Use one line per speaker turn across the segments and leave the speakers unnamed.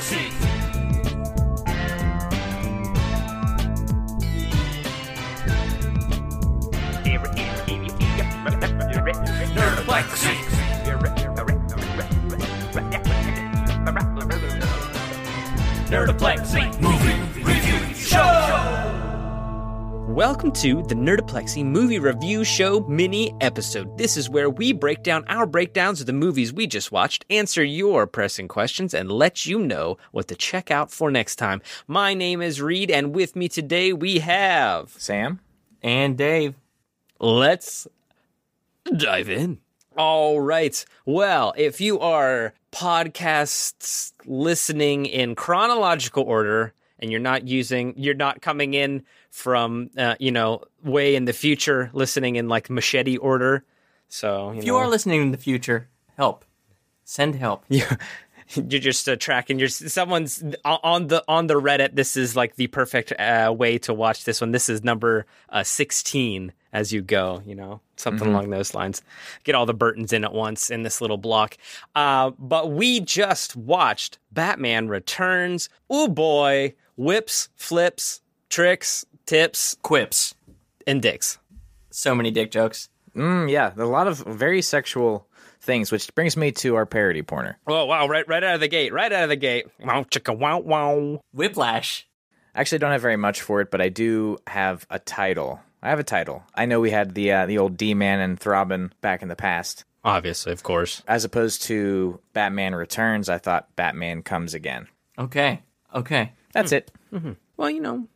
shit. Nerd like shit. Nerdplexy movie review show.
Welcome to the Nerdoplexy Movie Review Show mini episode. This is where we break down our breakdowns of the movies we just watched, answer your pressing questions, and let you know what to check out for next time. My name is Reed, and with me today we have.
Sam?
and Dave.
Let's dive in. All right. Well, if you are podcasts listening in chronological order and you're not using, you're not coming in from, uh, you know, way in the future, listening in like machete order. So you
If you
know,
are listening in the future, help. Send help.
you're just uh, tracking. You're someone's on- on the on the Reddit. This is like the perfect uh, way to watch this one. This is number uh, sixteen as you go. You know something along those lines. Get all the Burtons in at once in this little block. Uh, but we just watched Batman Returns. Oh boy, whips, flips, tricks, tips,
Quips.
and dicks.
So many dick jokes.
Mm, yeah, a lot of very sexual things, which brings me to our parody corner.
Oh wow! Right, right out of the gate. Right out of the gate. Wow, chicka, wow, wow.
Whiplash.
I actually don't have very much for it, but I do have a title. I have a title. I know we had the uh, the old D Man and Throbbing back in the past.
Obviously, of course.
As opposed to Batman Returns, I thought Batman Comes Again.
Okay. Okay.
That's it.
Well, you know.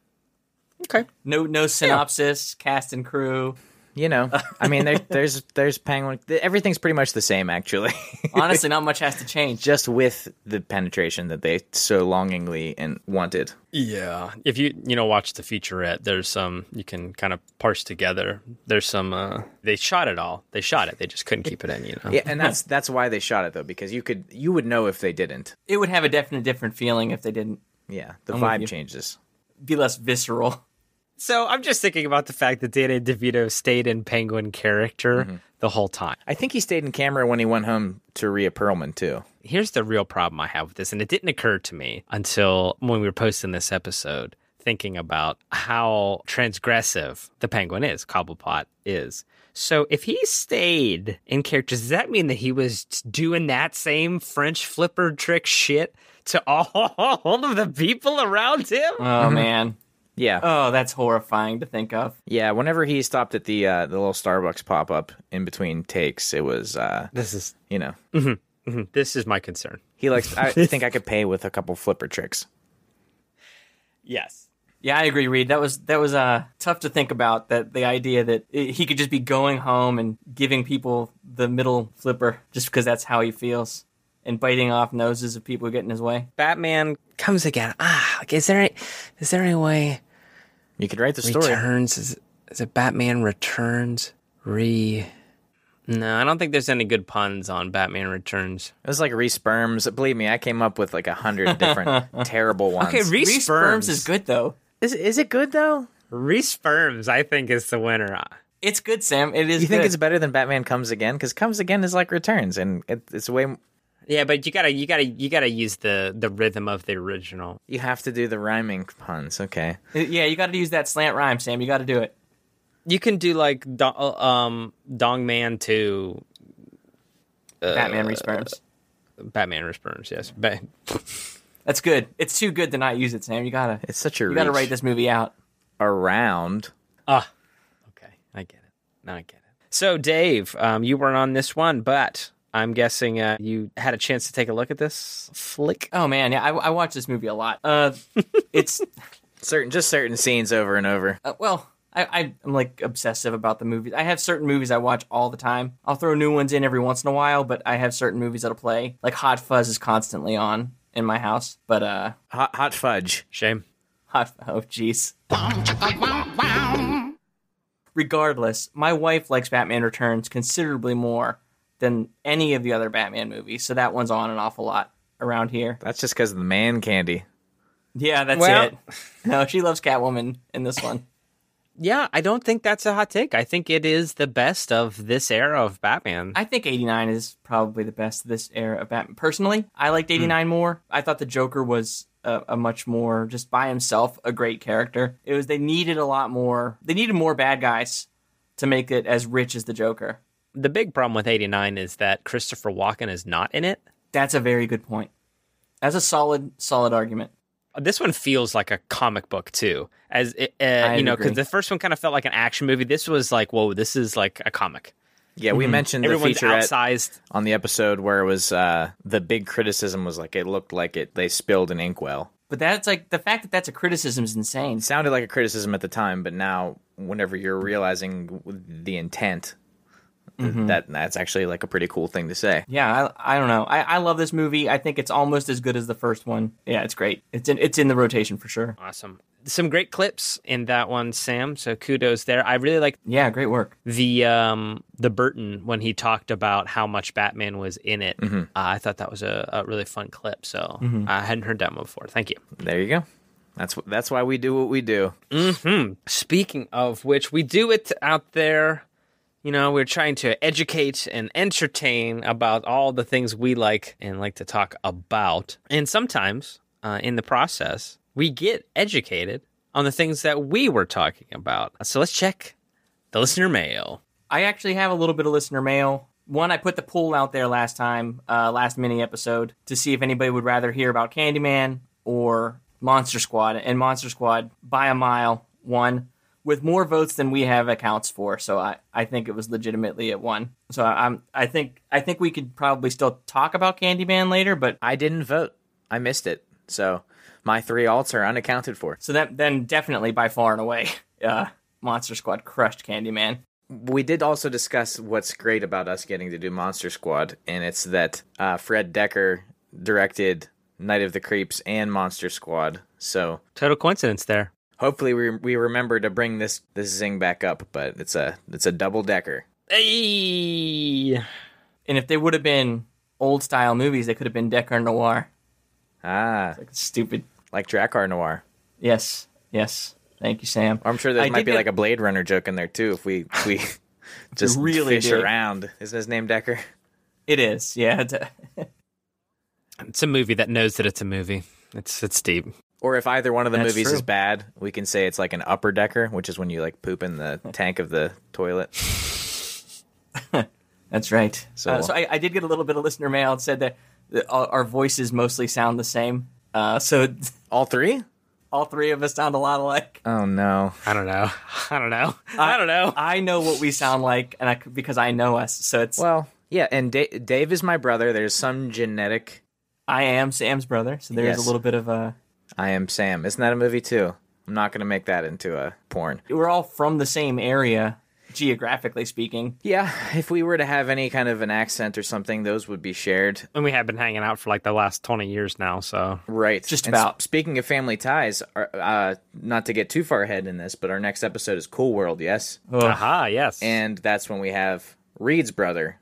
Okay.
No no synopsis, cast and crew.
You know, I mean, there, there's there's Penguin. Everything's pretty much the same, actually,
Honestly, not much has to change.
just with the penetration that they so longingly and wanted.
Yeah, if you you know watch the featurette, there's some you can kind of parse together. There's some uh they shot it all. They shot it. They just couldn't keep it in. You know.
Yeah, and that's that's why they shot it though, because you could you would know if they didn't.
It would have a definite different feeling if they didn't
Yeah, the
I'm with
vibe
you.
changes.
be less visceral.
So I'm just thinking about the fact that Danny DeVito stayed in Penguin character the whole time.
I think he stayed in camera when he went home to Rhea Perlman too.
Here's the real problem I have with this, and it didn't occur to me until when we were posting this episode, thinking about how transgressive the Penguin is, Cobblepot is. So if he stayed in character, does that mean that he was doing that same French flipper trick shit to all of the people around him?
Oh man.
Yeah,
Oh, that's horrifying to think of.
Uh, yeah. Whenever he stopped at the uh, the little Starbucks pop up in between takes, it was uh,
This is
you know
mhm, this is my concern.
he likes. I think I could pay with a couple flipper tricks.
Yes.
Yeah, I agree, Reed. That was that was uh, tough to think about. That the idea that i he could just be going home and giving people the middle flipper just because that's how he feels, and biting off noses of people who get in his way.
Batman comes again. Ah, like is there any, is there any way
You could write the story.
Returns is, is it Batman Returns re? No, I don't think there's any good puns on Batman Returns.
It was like resperms. Believe me, I came up with like a hundred different terrible ones.
Okay, re
Resperms is good though.
is is it good though?
Resperms, I think is the winner.
It's good, Sam. It is.
You think
good.
it's better than Batman Comes Again? Because Comes Again is like returns, and it, it's way
Yeah, but you gotta, you gotta, you gotta use the the rhythm of the original.
You have to do the rhyming puns, okay?
yeah? You got to use that slant rhyme, Sam. You got to do it.
You can do like Do- um Dong Man to
Batman resperms.
Batman Resperms. Yes, ba-
That's good. It's too good to not use it, Sam. You gotta.
It's such a
You gotta
reach.
write this movie out.
around.
ah, okay, I get it. Now I get it. So Dave, um, you weren't on this one, but I'm guessing uh, you had a chance to take a look at this flick.
Oh man, yeah. I, I watch this movie a lot. Uh, it's
Certain, just certain scenes over and over.
Uh, well, I, I, I'm like obsessive about the movies. I have certain movies I watch all the time. I'll throw new ones in every once in a while, but I have certain movies that'll play. Like Hot Fuzz is constantly on in my house. But uh,
Hot, hot fudge.
Shame.
Hot oh jeez. Regardless, my wife likes Batman Returns considerably more than any of the other Batman movies, so that one's on an awful lot around here.
That's just because of the man candy.
Yeah, that's
Well-
it. No, she loves Catwoman in this one.
yeah, I don't think that's a hot take. I think it is the best of this era of Batman.
I think 89 is probably the best of this era of Batman. Personally, I liked 89 more. I thought the Joker was a, a much more just by himself a great character. It was they needed a lot more. They needed more bad guys to make it as rich as the Joker.
the big problem with 89 is that Christopher Walken is not in it.
That's a very good point. That's a solid solid argument.
This one feels like a comic book too, as it, uh, you know,
agree.
because the first one kind of felt like an action movie. This was like, whoa, this is like a comic.
Yeah, we mentioned the
Everyone's
featurette
outsized.
on the episode where it was uh, the big criticism was like it looked like it they spilled an inkwell.
But that's like the fact that that's a criticism is insane.
It sounded like a criticism at the time, but now whenever you're realizing the intent, th- that that's actually like a pretty cool thing to say.
Yeah, I, I don't know. I, I love this movie. I think it's almost as good as the first one. Yeah, it's great. It's in it's in the rotation for sure.
Awesome. Some great clips in that one, Sam. So kudos there. I really like
Yeah, great work.
the um the Burton when he talked about how much Batman was in it. Uh, I thought that was a, a really fun clip. So I hadn't heard that one before. Thank you.
There you go. That's wh- that's why we do what we do.
Speaking of which, we do it out there. You know, we're trying to educate and entertain about all the things we like and like to talk about. And sometimes uh, in the process, we get educated on the things that we were talking about. So let's check the listener mail.
I actually have a little bit of listener mail. One, I put the poll out there last time, uh, last mini episode, to see if anybody would rather hear about Candyman or Monster Squad. And Monster Squad, by a mile, won with more votes than we have accounts for. So I, I think it was legitimately at one. So I, I'm, I think, I think we could probably still talk about Candyman later, but
I didn't vote. I missed it. So my three alts are unaccounted for.
so that then definitely by far and away, uh, Monster Squad crushed Candyman.
We did also discuss what's great about us getting to do Monster Squad, and it's that uh, Fred Decker directed Night of the Creeps and Monster Squad. So
Total coincidence there.
hopefully we, we remember to bring this this zing back up. But it's a it's a double decker.
Hey!
And if they would have been old style movies, they could have been Decker Noir.
Ah,
Stupid
like Dracar Noir.
Yes, yes. Thank you, Sam.
I'm sure there
I
might
did
be
get-
like a Blade Runner joke in there too. If we if we just
really
fish
did.
around, isn't his name Decker?
It is, yeah. It's
It's a movie that knows that it's a movie. It's it's deep.
Or if either one of the
That's
movies
true.
is bad, we can say it's like an upper decker, which is when you like poop in the tank of the toilet.
that's right.
So-
So, so I, I did get a little bit of listener mail. It said that that our our voices mostly sound the same. Uh, so
All three?
all three of us sound a lot alike.
Oh no.
I don't know. I don't know. I, don't know.
I know what we sound like, and I c because I know us. So it's
Well, yeah, and da- Dave is my brother. There's some genetic.
I am Sam's brother. So there's
Yes.
a little bit of a
I am Sam. Isn't that a movie too? I'm not going to make that into a porn.
we're all from the same area geographically speaking.
Yeah, if we were to have any kind of an accent or something, those would be shared.
and we have been hanging out for like the last 20 years now so
Right.
Just
And s-
about.
speaking of family ties, our, uh, not to get too far ahead in this, but our next episode is Cool World, yes?
Oh.
aha yes
And that's when we have Reed's brother,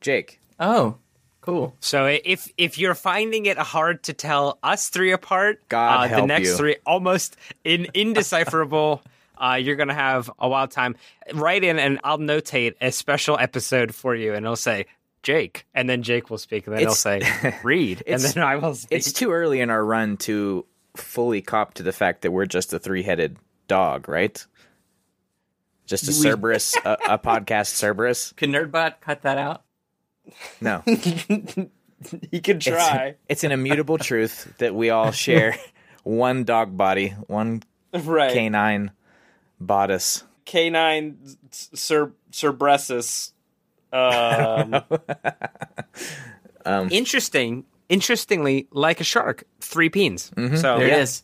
Jake.
Oh, cool.
so i- if if you're finding it hard to tell us three apart
God
uh, the
help
next
you.
three almost in indecipherable uh, you're gonna have a wild time write in and i'll notate a special episode for you and it'll say jake and then jake will speak and then it'll
It's-
say read and
it's-
then i will speak.
It's too early in our run to fully cop to the fact that we're just a three-headed dog, right? Just a
We-
Cerberus, a, a podcast Cerberus.
Can Nerdbot cut that out?
No,
he can
it's, it's an immutable truth that we all share one dog body, one
right
canine bodice.
canine Cer- Cerbresus. Um, interesting. Interestingly, like a shark, three peens. So
There it is.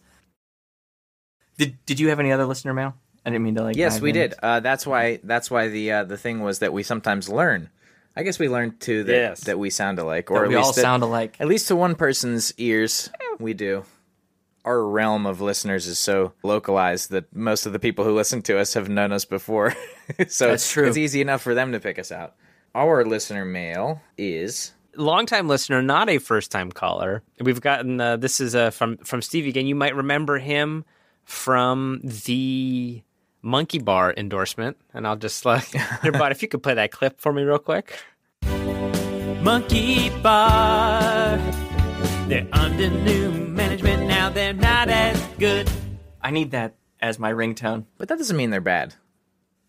Did Did you have any other listener mail? I didn't mean to like.
Yes,
dive
we
in.
did. Uh, that's why. That's why the uh, the thing was that we sometimes learn. I guess we learned too that
Yes.
that we sound alike, or at
we
least
all
that-
sound alike.
At least to one person's ears, we do. Our realm of listeners is so localized that most of the people who listen to us have known us before. so
That's true.
it's easy enough for them to pick us out. Our listener mail is
longtime listener, not a first time caller. We've gotten uh, this is uh, from from Steve again. You might remember him from the Monkey Bar endorsement, and I'll just like, everybody, if you could play that clip for me real quick. Monkey Bar, they're under new management now. They're not as good,
I need that as my ringtone.
But that doesn't mean they're bad.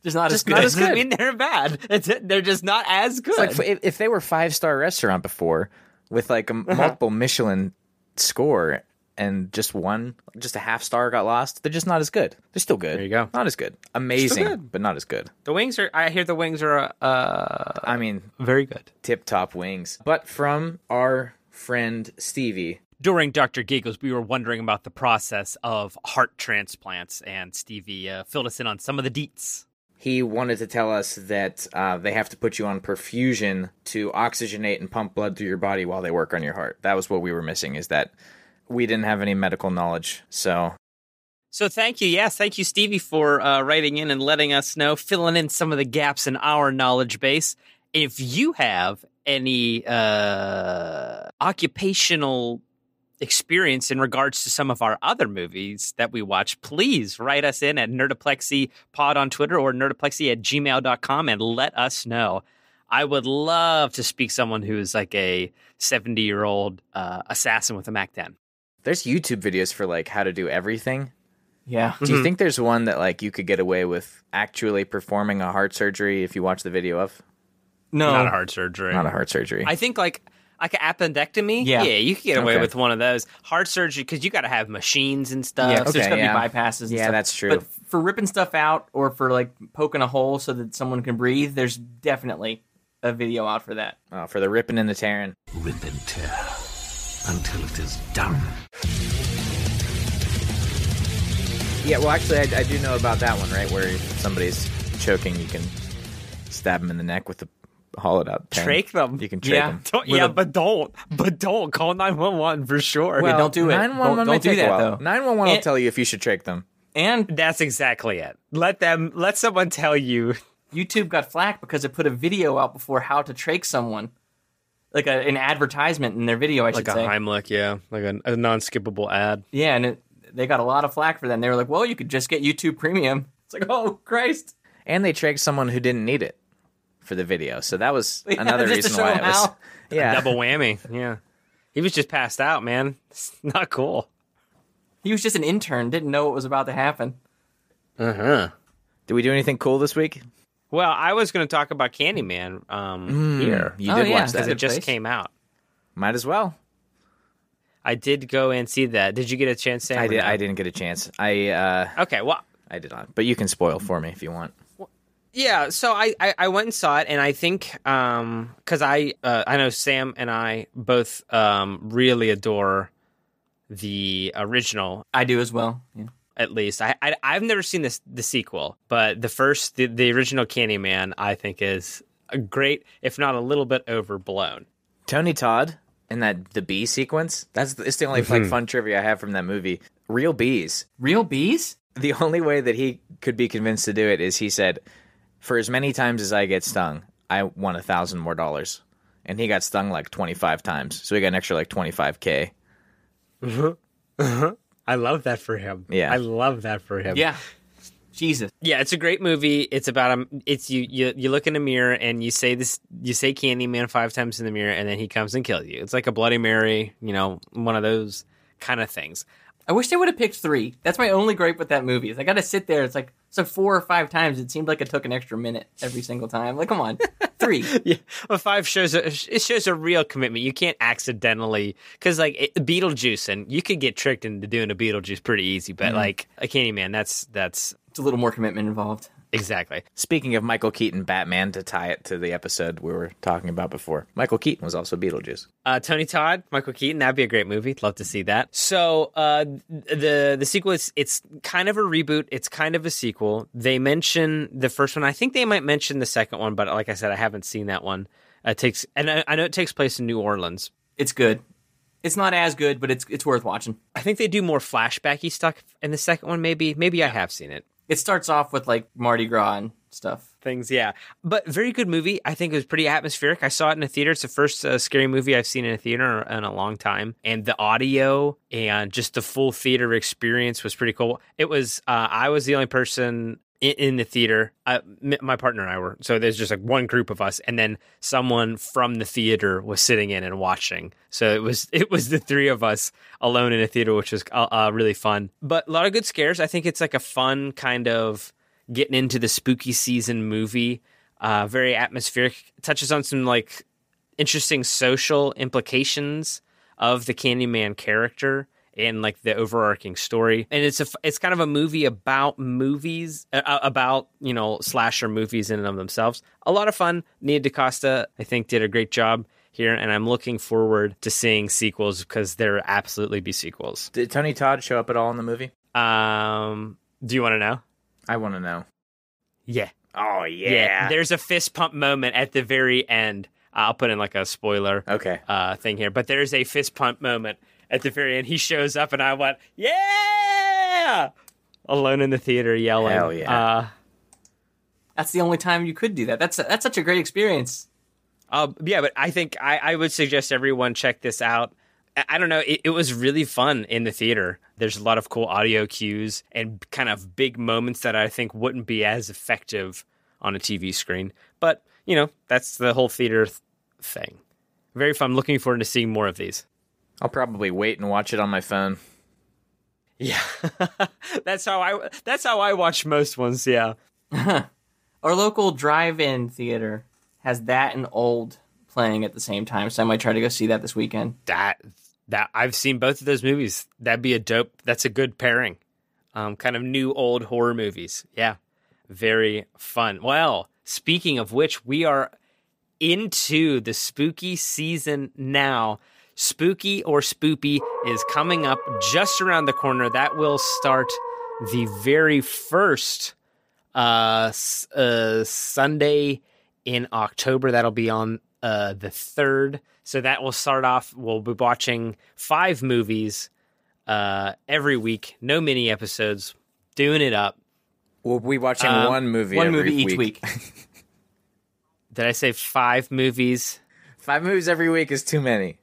Just not as
just
good.
not as good.
good.
I mean, they're bad. It's, they're just not as good.
Like if, if they were five star restaurant before with like a m-
Uh-huh.
multiple Michelin score and just one, just a half star got lost, they're just not as good. They're still good. There
you go.
Not as good. Amazing,
good.
but not as good.
the wings are. I hear the wings are uh,
I mean,
very good.
tip top wings. But from our friend Stevie,
During Dr. Giggles, we were wondering about the process of heart transplants, and Stevie uh, filled us in on some of the deets.
he wanted to tell us that uh, they have to put you on perfusion to oxygenate and pump blood through your body while they work on your heart. That was what we were missing. Is that we didn't have any medical knowledge, so
So thank you, yes, thank you, Stevie, for uh, writing in and letting us know, filling in some of the gaps in our knowledge base. If you have any uh, occupational experience in regards to some of our other movies that we watch, please write us in at nerdoplexypod on Twitter or nerdoplexy at gmail.com and let us know. I would love to speak someone who is like a 70 year old uh, assassin with a Mac 10.
there's YouTube videos for like how to do everything.
Yeah.
Do you think there's one that like you could get away with actually performing a heart surgery if you watch the video of?
No.
Not a heart surgery.
Not a heart surgery.
I think like like an appendectomy.
Yeah.
yeah, you could get away
Okay.
with one of those. Heart surgery because you got to have machines and stuff.
Yeah, 'cause Uh, there's
okay,
gonna
yeah.
be bypasses. And
Yeah,
stuff.
that's true.
But for ripping stuff out or for like poking a hole so that someone can breathe, there's definitely a video out for that.
oh, for the ripping and the tearing.
Rip and tear until it is done.
Yeah, well, actually, I, I do know about that one, right? Where if somebody's choking, you can stab them in the neck with the hollowed out. pen.
Trach them.
You can trach
Yeah.
them.
Don't-
With
yeah,
a-
but don't, but don't call nine one one for sure.
Well- don't do it.
911
Don't-
may
don't do
take a
that,
while.
though.
911 will
It-
tell you if you should trach them.
And
That's exactly it. Let them. Let someone tell you.
YouTube got flack because it put a video out before how to trach someone, like a, an advertisement in their video. I should say.
Heimlich, yeah, like a, a non-skippable ad.
yeah, and it, they got a lot of flack for that. And they were like, "Well, you could just get YouTube Premium." It's like, oh Christ!
And they trached someone who didn't need it for the video. So that was
Yeah,
another
just to
reason why
show
it was.
how.
Yeah.
Double whammy. Yeah, he was just passed out, man. It's not cool.
He was just an intern, didn't know what was about to happen.
Uh huh.
Did we do anything cool this week?
Well, I was going to talk about Candyman um, here
You
Oh,
did
yeah.
because
watch that.
it
Good
just
place.
came out.
Might as well.
I did go and see that. Did you get a chance, Sam?
I
or
did.
no?
I didn't get a chance. I uh,
Okay. Well,
I did not. But you can spoil for me if you want.
yeah. So I, I, I went and saw it, and I think um because I uh, I know Sam and I both um really adore the original
I do as well. Yeah.
at least. I, I I've never seen this the sequel, but the first the, the original Candyman I think is a great, if not a little bit overblown.
Tony Todd and that the bee sequence. That's the, it's the only like fun trivia I have from that movie. Real bees.
Real bees?
The only way that he could be convinced to do it is he said, "For as many times as I get stung, I want a thousand more dollars." And he got stung like twenty five times, so he got an extra like twenty five k.
I love that for him.
Yeah.
I love that for him.
Yeah. Jesus.
Yeah, it's a great movie. It's about um, it's you you you look in a mirror and you say this you say Candyman five times in the mirror and then he comes and kills you. It's like a Bloody Mary, you know, one of those kind of things.
I wish they would have picked three. That's my only gripe with that movie. Is I got to sit there. It's like so four or five times. It seemed like it took an extra minute every single time. Like, come on, three.
Yeah, but five shows a, it shows a real commitment. You can't accidentally because like it, Beetlejuice and you could get tricked into doing a Beetlejuice pretty easy, but like a Candyman, that's that's
It's a little more commitment involved.
exactly.
Speaking of Michael Keaton Batman, to tie it to the episode we were talking about before, Michael Keaton was also Beetlejuice.
Uh, Tony Todd, Michael Keaton, that'd be a great movie. Love to see that. So uh, the the sequel is it's kind of a reboot. It's kind of a sequel. They mention the first one. I think they might mention the second one, but like I said, I haven't seen that one. Uh, It takes, and I, I know it takes place in New Orleans.
It's good. It's not as good, but it's it's worth watching.
I think they do more flashbacky stuff in the second one. Maybe, maybe I have seen it.
It starts off with like Mardi Gras and stuff.
things. Yeah, but very good movie. I think it was pretty atmospheric. I saw it in a theater. It's the first uh, scary movie I've seen in a theater in a long time, and the audio and just the full theater experience was pretty cool. It was. Uh, I was the only person in, in the theater. I, m- my partner and I were so there's just like one group of us, and then someone from the theater was sitting in and watching. So it was it was the three of us alone in a theater, which was uh, uh, really fun. But a lot of good scares. I think it's like a fun kind of getting into the spooky season movie. Uh, very atmospheric. Touches on some like interesting social implications of the Candyman character and like the overarching story. And it's a f- it's kind of a movie about movies uh, about you know slasher movies in and of themselves. A lot of fun. Nia DaCosta I think did a great job here, and I'm looking forward to seeing sequels because there will absolutely be sequels.
Did Tony Todd show up at all in the movie?
Um, do you want to know?
I want to know.
Yeah.
Oh
There's a fist pump moment at the very end. Uh, I'll put in like a spoiler
Okay.
uh, thing here, but there's a fist pump moment at the very end. He shows up, and I went, "Yeah!" Alone in the theater, yelling.
Hell yeah.
Uh,
That's the only time you could do that. That's that's such a great experience.
uh, yeah, but I think I, I would suggest everyone check this out. I, I don't know. It, it was really fun in the theater. There's a lot of cool audio cues and kind of big moments that I think wouldn't be as effective on a TV screen. But you know, that's the whole theater th- thing. Very fun. Looking forward to seeing more of these.
I'll probably wait and watch it on my phone.
Yeah, that's how I that's how I watch most ones. Yeah,
Our local drive-in theater has that and old playing at the same time, so I might try to go see that this weekend.
that that I've seen both of those movies. That'd be a dope. That's a good pairing. Um, kind of new old horror movies. Yeah, very fun. Well, speaking of which, we are into the spooky season now. Spooky or Spoopy is coming up just around the corner. That will start the very first uh, s- uh, Sunday in October. That'll be on uh, the third. So that will start off. We'll be watching five movies uh, every week. No mini episodes. Doing it up.
We'll be watching
Um,
one movie.
One
every
movie each week.
Did I say five movies?
Five movies every week is too many.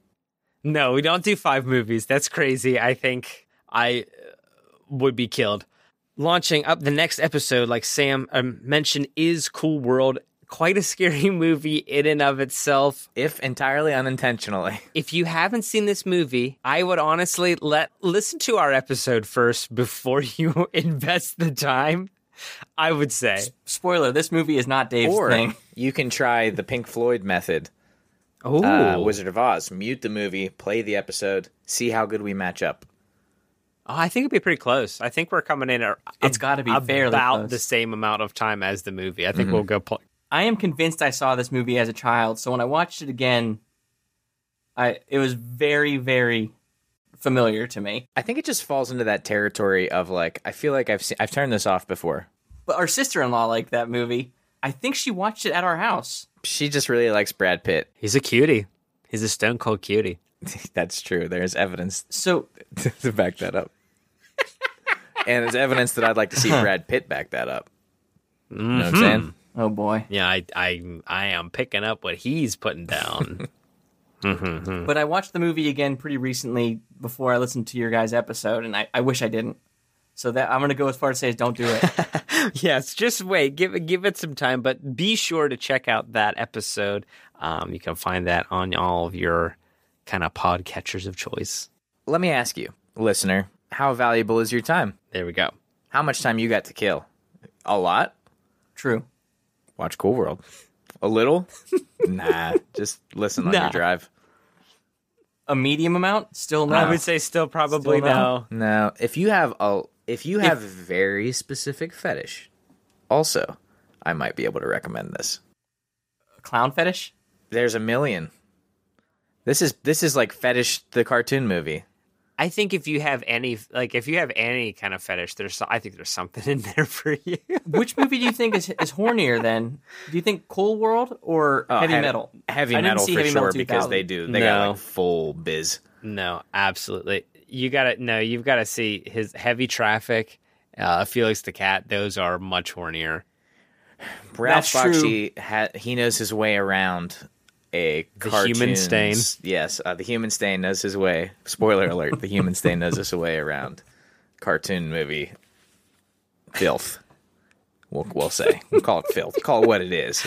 No, we don't do five movies. That's crazy. I think I uh, would be killed. Launching up the next episode, like Sam um, mentioned, is Cool World. Quite a scary movie in and of itself.
If entirely unintentionally.
if you haven't seen this movie, I would honestly let listen to our episode first before you invest the time. I would say.
Spoiler: This movie is not Dave's
Or
thing.
you can try the Pink Floyd method.
Oh,
Uh, Wizard of Oz. Mute the movie, play the episode, see how good we match up.
oh, I think it'd be pretty close. I think we're coming in. Ar-
It's gotta be
about
fairly close. Mm-hmm.
the same amount of time as the movie. I think we'll go. Pl-
I am convinced I saw this movie as a child, so when I watched it again, I it was very, very familiar to me.
I think it just falls into that territory of like I feel like I've seen, I've turned this off before.
But our sister in law liked that movie. I think she watched it at our house.
She just really likes Brad Pitt.
He's a cutie. He's a stone cold cutie.
That's true. There's evidence
So
to back that up. and there's evidence that I'd like to see Brad Pitt back that up. You know what I'm saying?
Oh boy.
Yeah, I, I, I am picking up what he's putting down.
But I watched the movie again pretty recently before I listened to your guys' episode and I, I wish I didn't. So that I'm gonna go as far as say is don't do it.
yes, just wait. Give give it some time, but be sure to check out that episode. Um, you can find that on all of your kind of pod catchers of choice.
Let me ask you, listener, how valuable is your time?
There we go.
How much time you got to kill? A lot?
True.
Watch Cool World. A little? nah, just listen on
Nah.
your drive.
A medium amount? Still no.
I would say still probably
Still no.
no.
No, if you have a if you have very specific fetish, also, I might be able to recommend this.
clown fetish?
There's a million. This is this is like fetish the cartoon movie.
I think if you have any like if you have any kind of fetish, there's I think there's something in there for you.
Which movie do you think is, is hornier then? Do you think Cool World or
Oh,
Heavy Metal?
Heavy
I didn't
metal
see
for
Heavy Metal
sure because
2000.
they do. They got
No.
like full biz.
no, absolutely. You gotta no, you've gotta see his heavy traffic, uh, Felix the Cat, those are much hornier.
That's
Ralph
true.
Bakshi ha- he knows his way around a
The human stain.
cartoon's- Yes, uh, the human stain knows his way. Spoiler alert: the human stain knows his way around cartoon movie filth. We'll, we'll say. We'll call it filth. Call it what it is.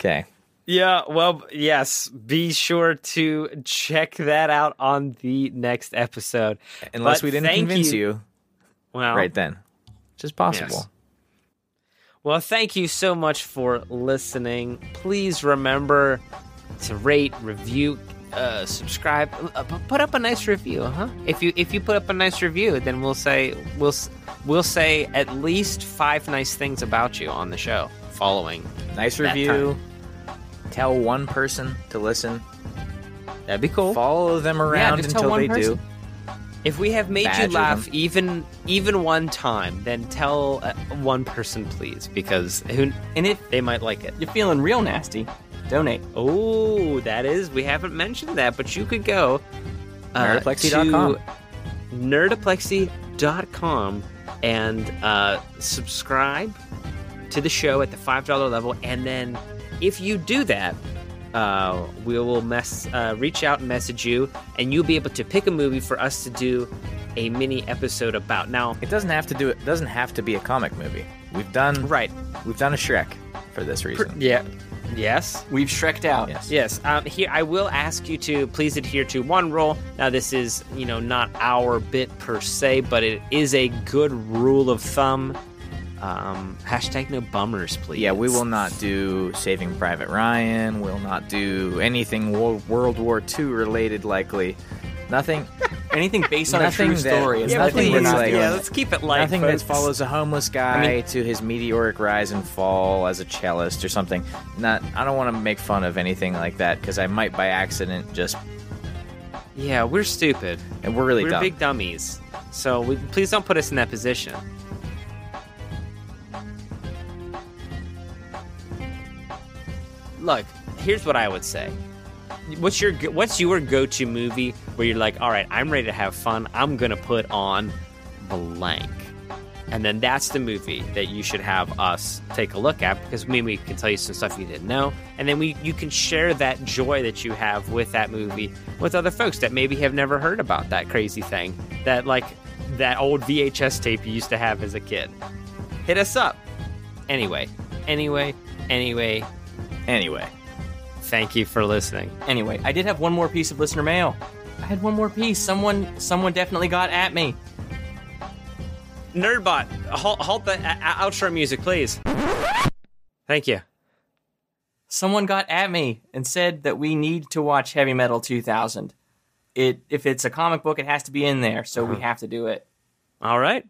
Okay.
Yeah, well, yes. Be sure to check that out on the next episode.
Unless
But
we didn't
thank Oh.
convince you,
Well,
right then, which is possible.
Yes. Well, thank you so much for listening. Please remember to rate, review, uh, subscribe, uh, p- put up a nice review, huh? If you if you put up a nice review, then we'll say we'll s- we'll say at least five nice things about you on the show following.
Nice
That
review. Tell one person to listen.
That'd be cool.
Follow them around
just tell
until
one
they
person.
do.
If we have made
Badger
you laugh
them.
even even one time, then tell uh, one person please because who
And if
they might like it.
you're feeling real nasty, donate.
Oh, that is. We haven't mentioned that, but you could go uh,
Nerdoplexy.com.
to nerdoplexy.com and uh, subscribe to the show at the $5 level. And then if you do that, uh, we will mess, uh, reach out and message you, and you'll be able to pick a movie for us to do a mini episode about. Now,
It doesn't have to do. It doesn't have to be a comic movie. We've done.
right.
We've done a Shrek for this reason.
Yeah. Yes.
We've shreked out.
yes.
Yes. Um, here, I will ask you to please adhere to one rule. Now, this is, you know, not our bit per se, but it is a good rule of thumb. Um, hashtag no bummers, please.
Yeah, we will not do Saving Private Ryan. We'll not do anything wo- World War II related, likely. Nothing.
Anything based on a
Nothing
true
that-
story is
yeah,
nothing
please,
we're not
yeah,
doing.
let's
let's keep it light.
nothing that follows a homeless guy
I mean-
to his meteoric rise and fall as a cellist or something. Not. I don't want to make fun of anything like that because I might by accident just.
Yeah, we're stupid.
And we're really
we're
dumb.
big dummies. So we, please don't put us in that position. Look, here's what I would say. What's your what's your go-to movie where you're like, "All right, I'm ready to have fun. I'm going to put on blank." And then that's the movie that you should have us take a look at because maybe we can tell you some stuff you didn't know. And then we you can share that joy that you have with that movie with other folks that maybe have never heard about that crazy thing that like that old VHS tape you used to have as a kid. Hit us up. Anyway, anyway, anyway,
Anyway,
thank you for listening.
Anyway, I did have one more piece of listener mail. I had one more piece. Someone, someone definitely got at me.
Nerdbot, halt, halt the uh, outro music, please. Thank you.
Someone got at me and said that we need to watch Heavy Metal 2000. It, if it's a comic book, it has to be in there, so we have to do it.
All right.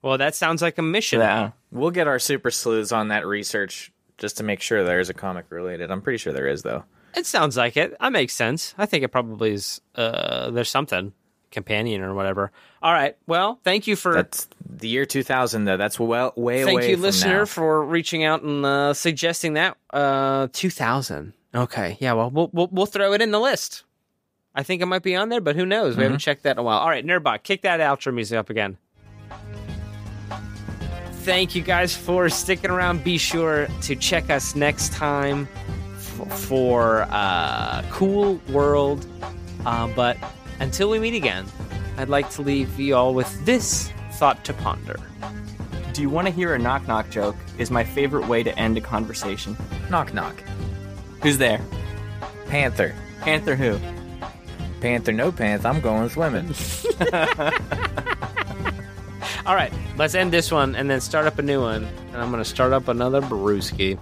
Well, that sounds like a mission.
Yeah.
we'll get our super sleuths on that research just to make sure there is a comic related. I'm pretty sure there is though.
It sounds like it. That makes sense. I think it probably is. Uh, there's something companion or whatever. All right. Well, thank you for
That's the year 2000 though. That's well way
thank
away
you,
from
listener,
now.
for reaching out and uh, suggesting that uh, 2000. Okay. Yeah. Well, we'll we'll we'll throw it in the list. I think it might be on there, but who knows? We
Mm-hmm.
haven't checked that in a while. All right, Nerbot, kick that outro music up again. Thank you guys for sticking around. Be sure to check us next time f- for uh, Cool World. Uh, but until we meet again, I'd like to leave you all with this thought to ponder.
Do you want to hear a knock knock joke? Is my favorite way to end a conversation.
knock knock.
Who's there?
Panther.
Panther who?
Panther, no pants. I'm going swimming.
All right, let's end this one and then start up a new one. And I'm going to start up another brewski.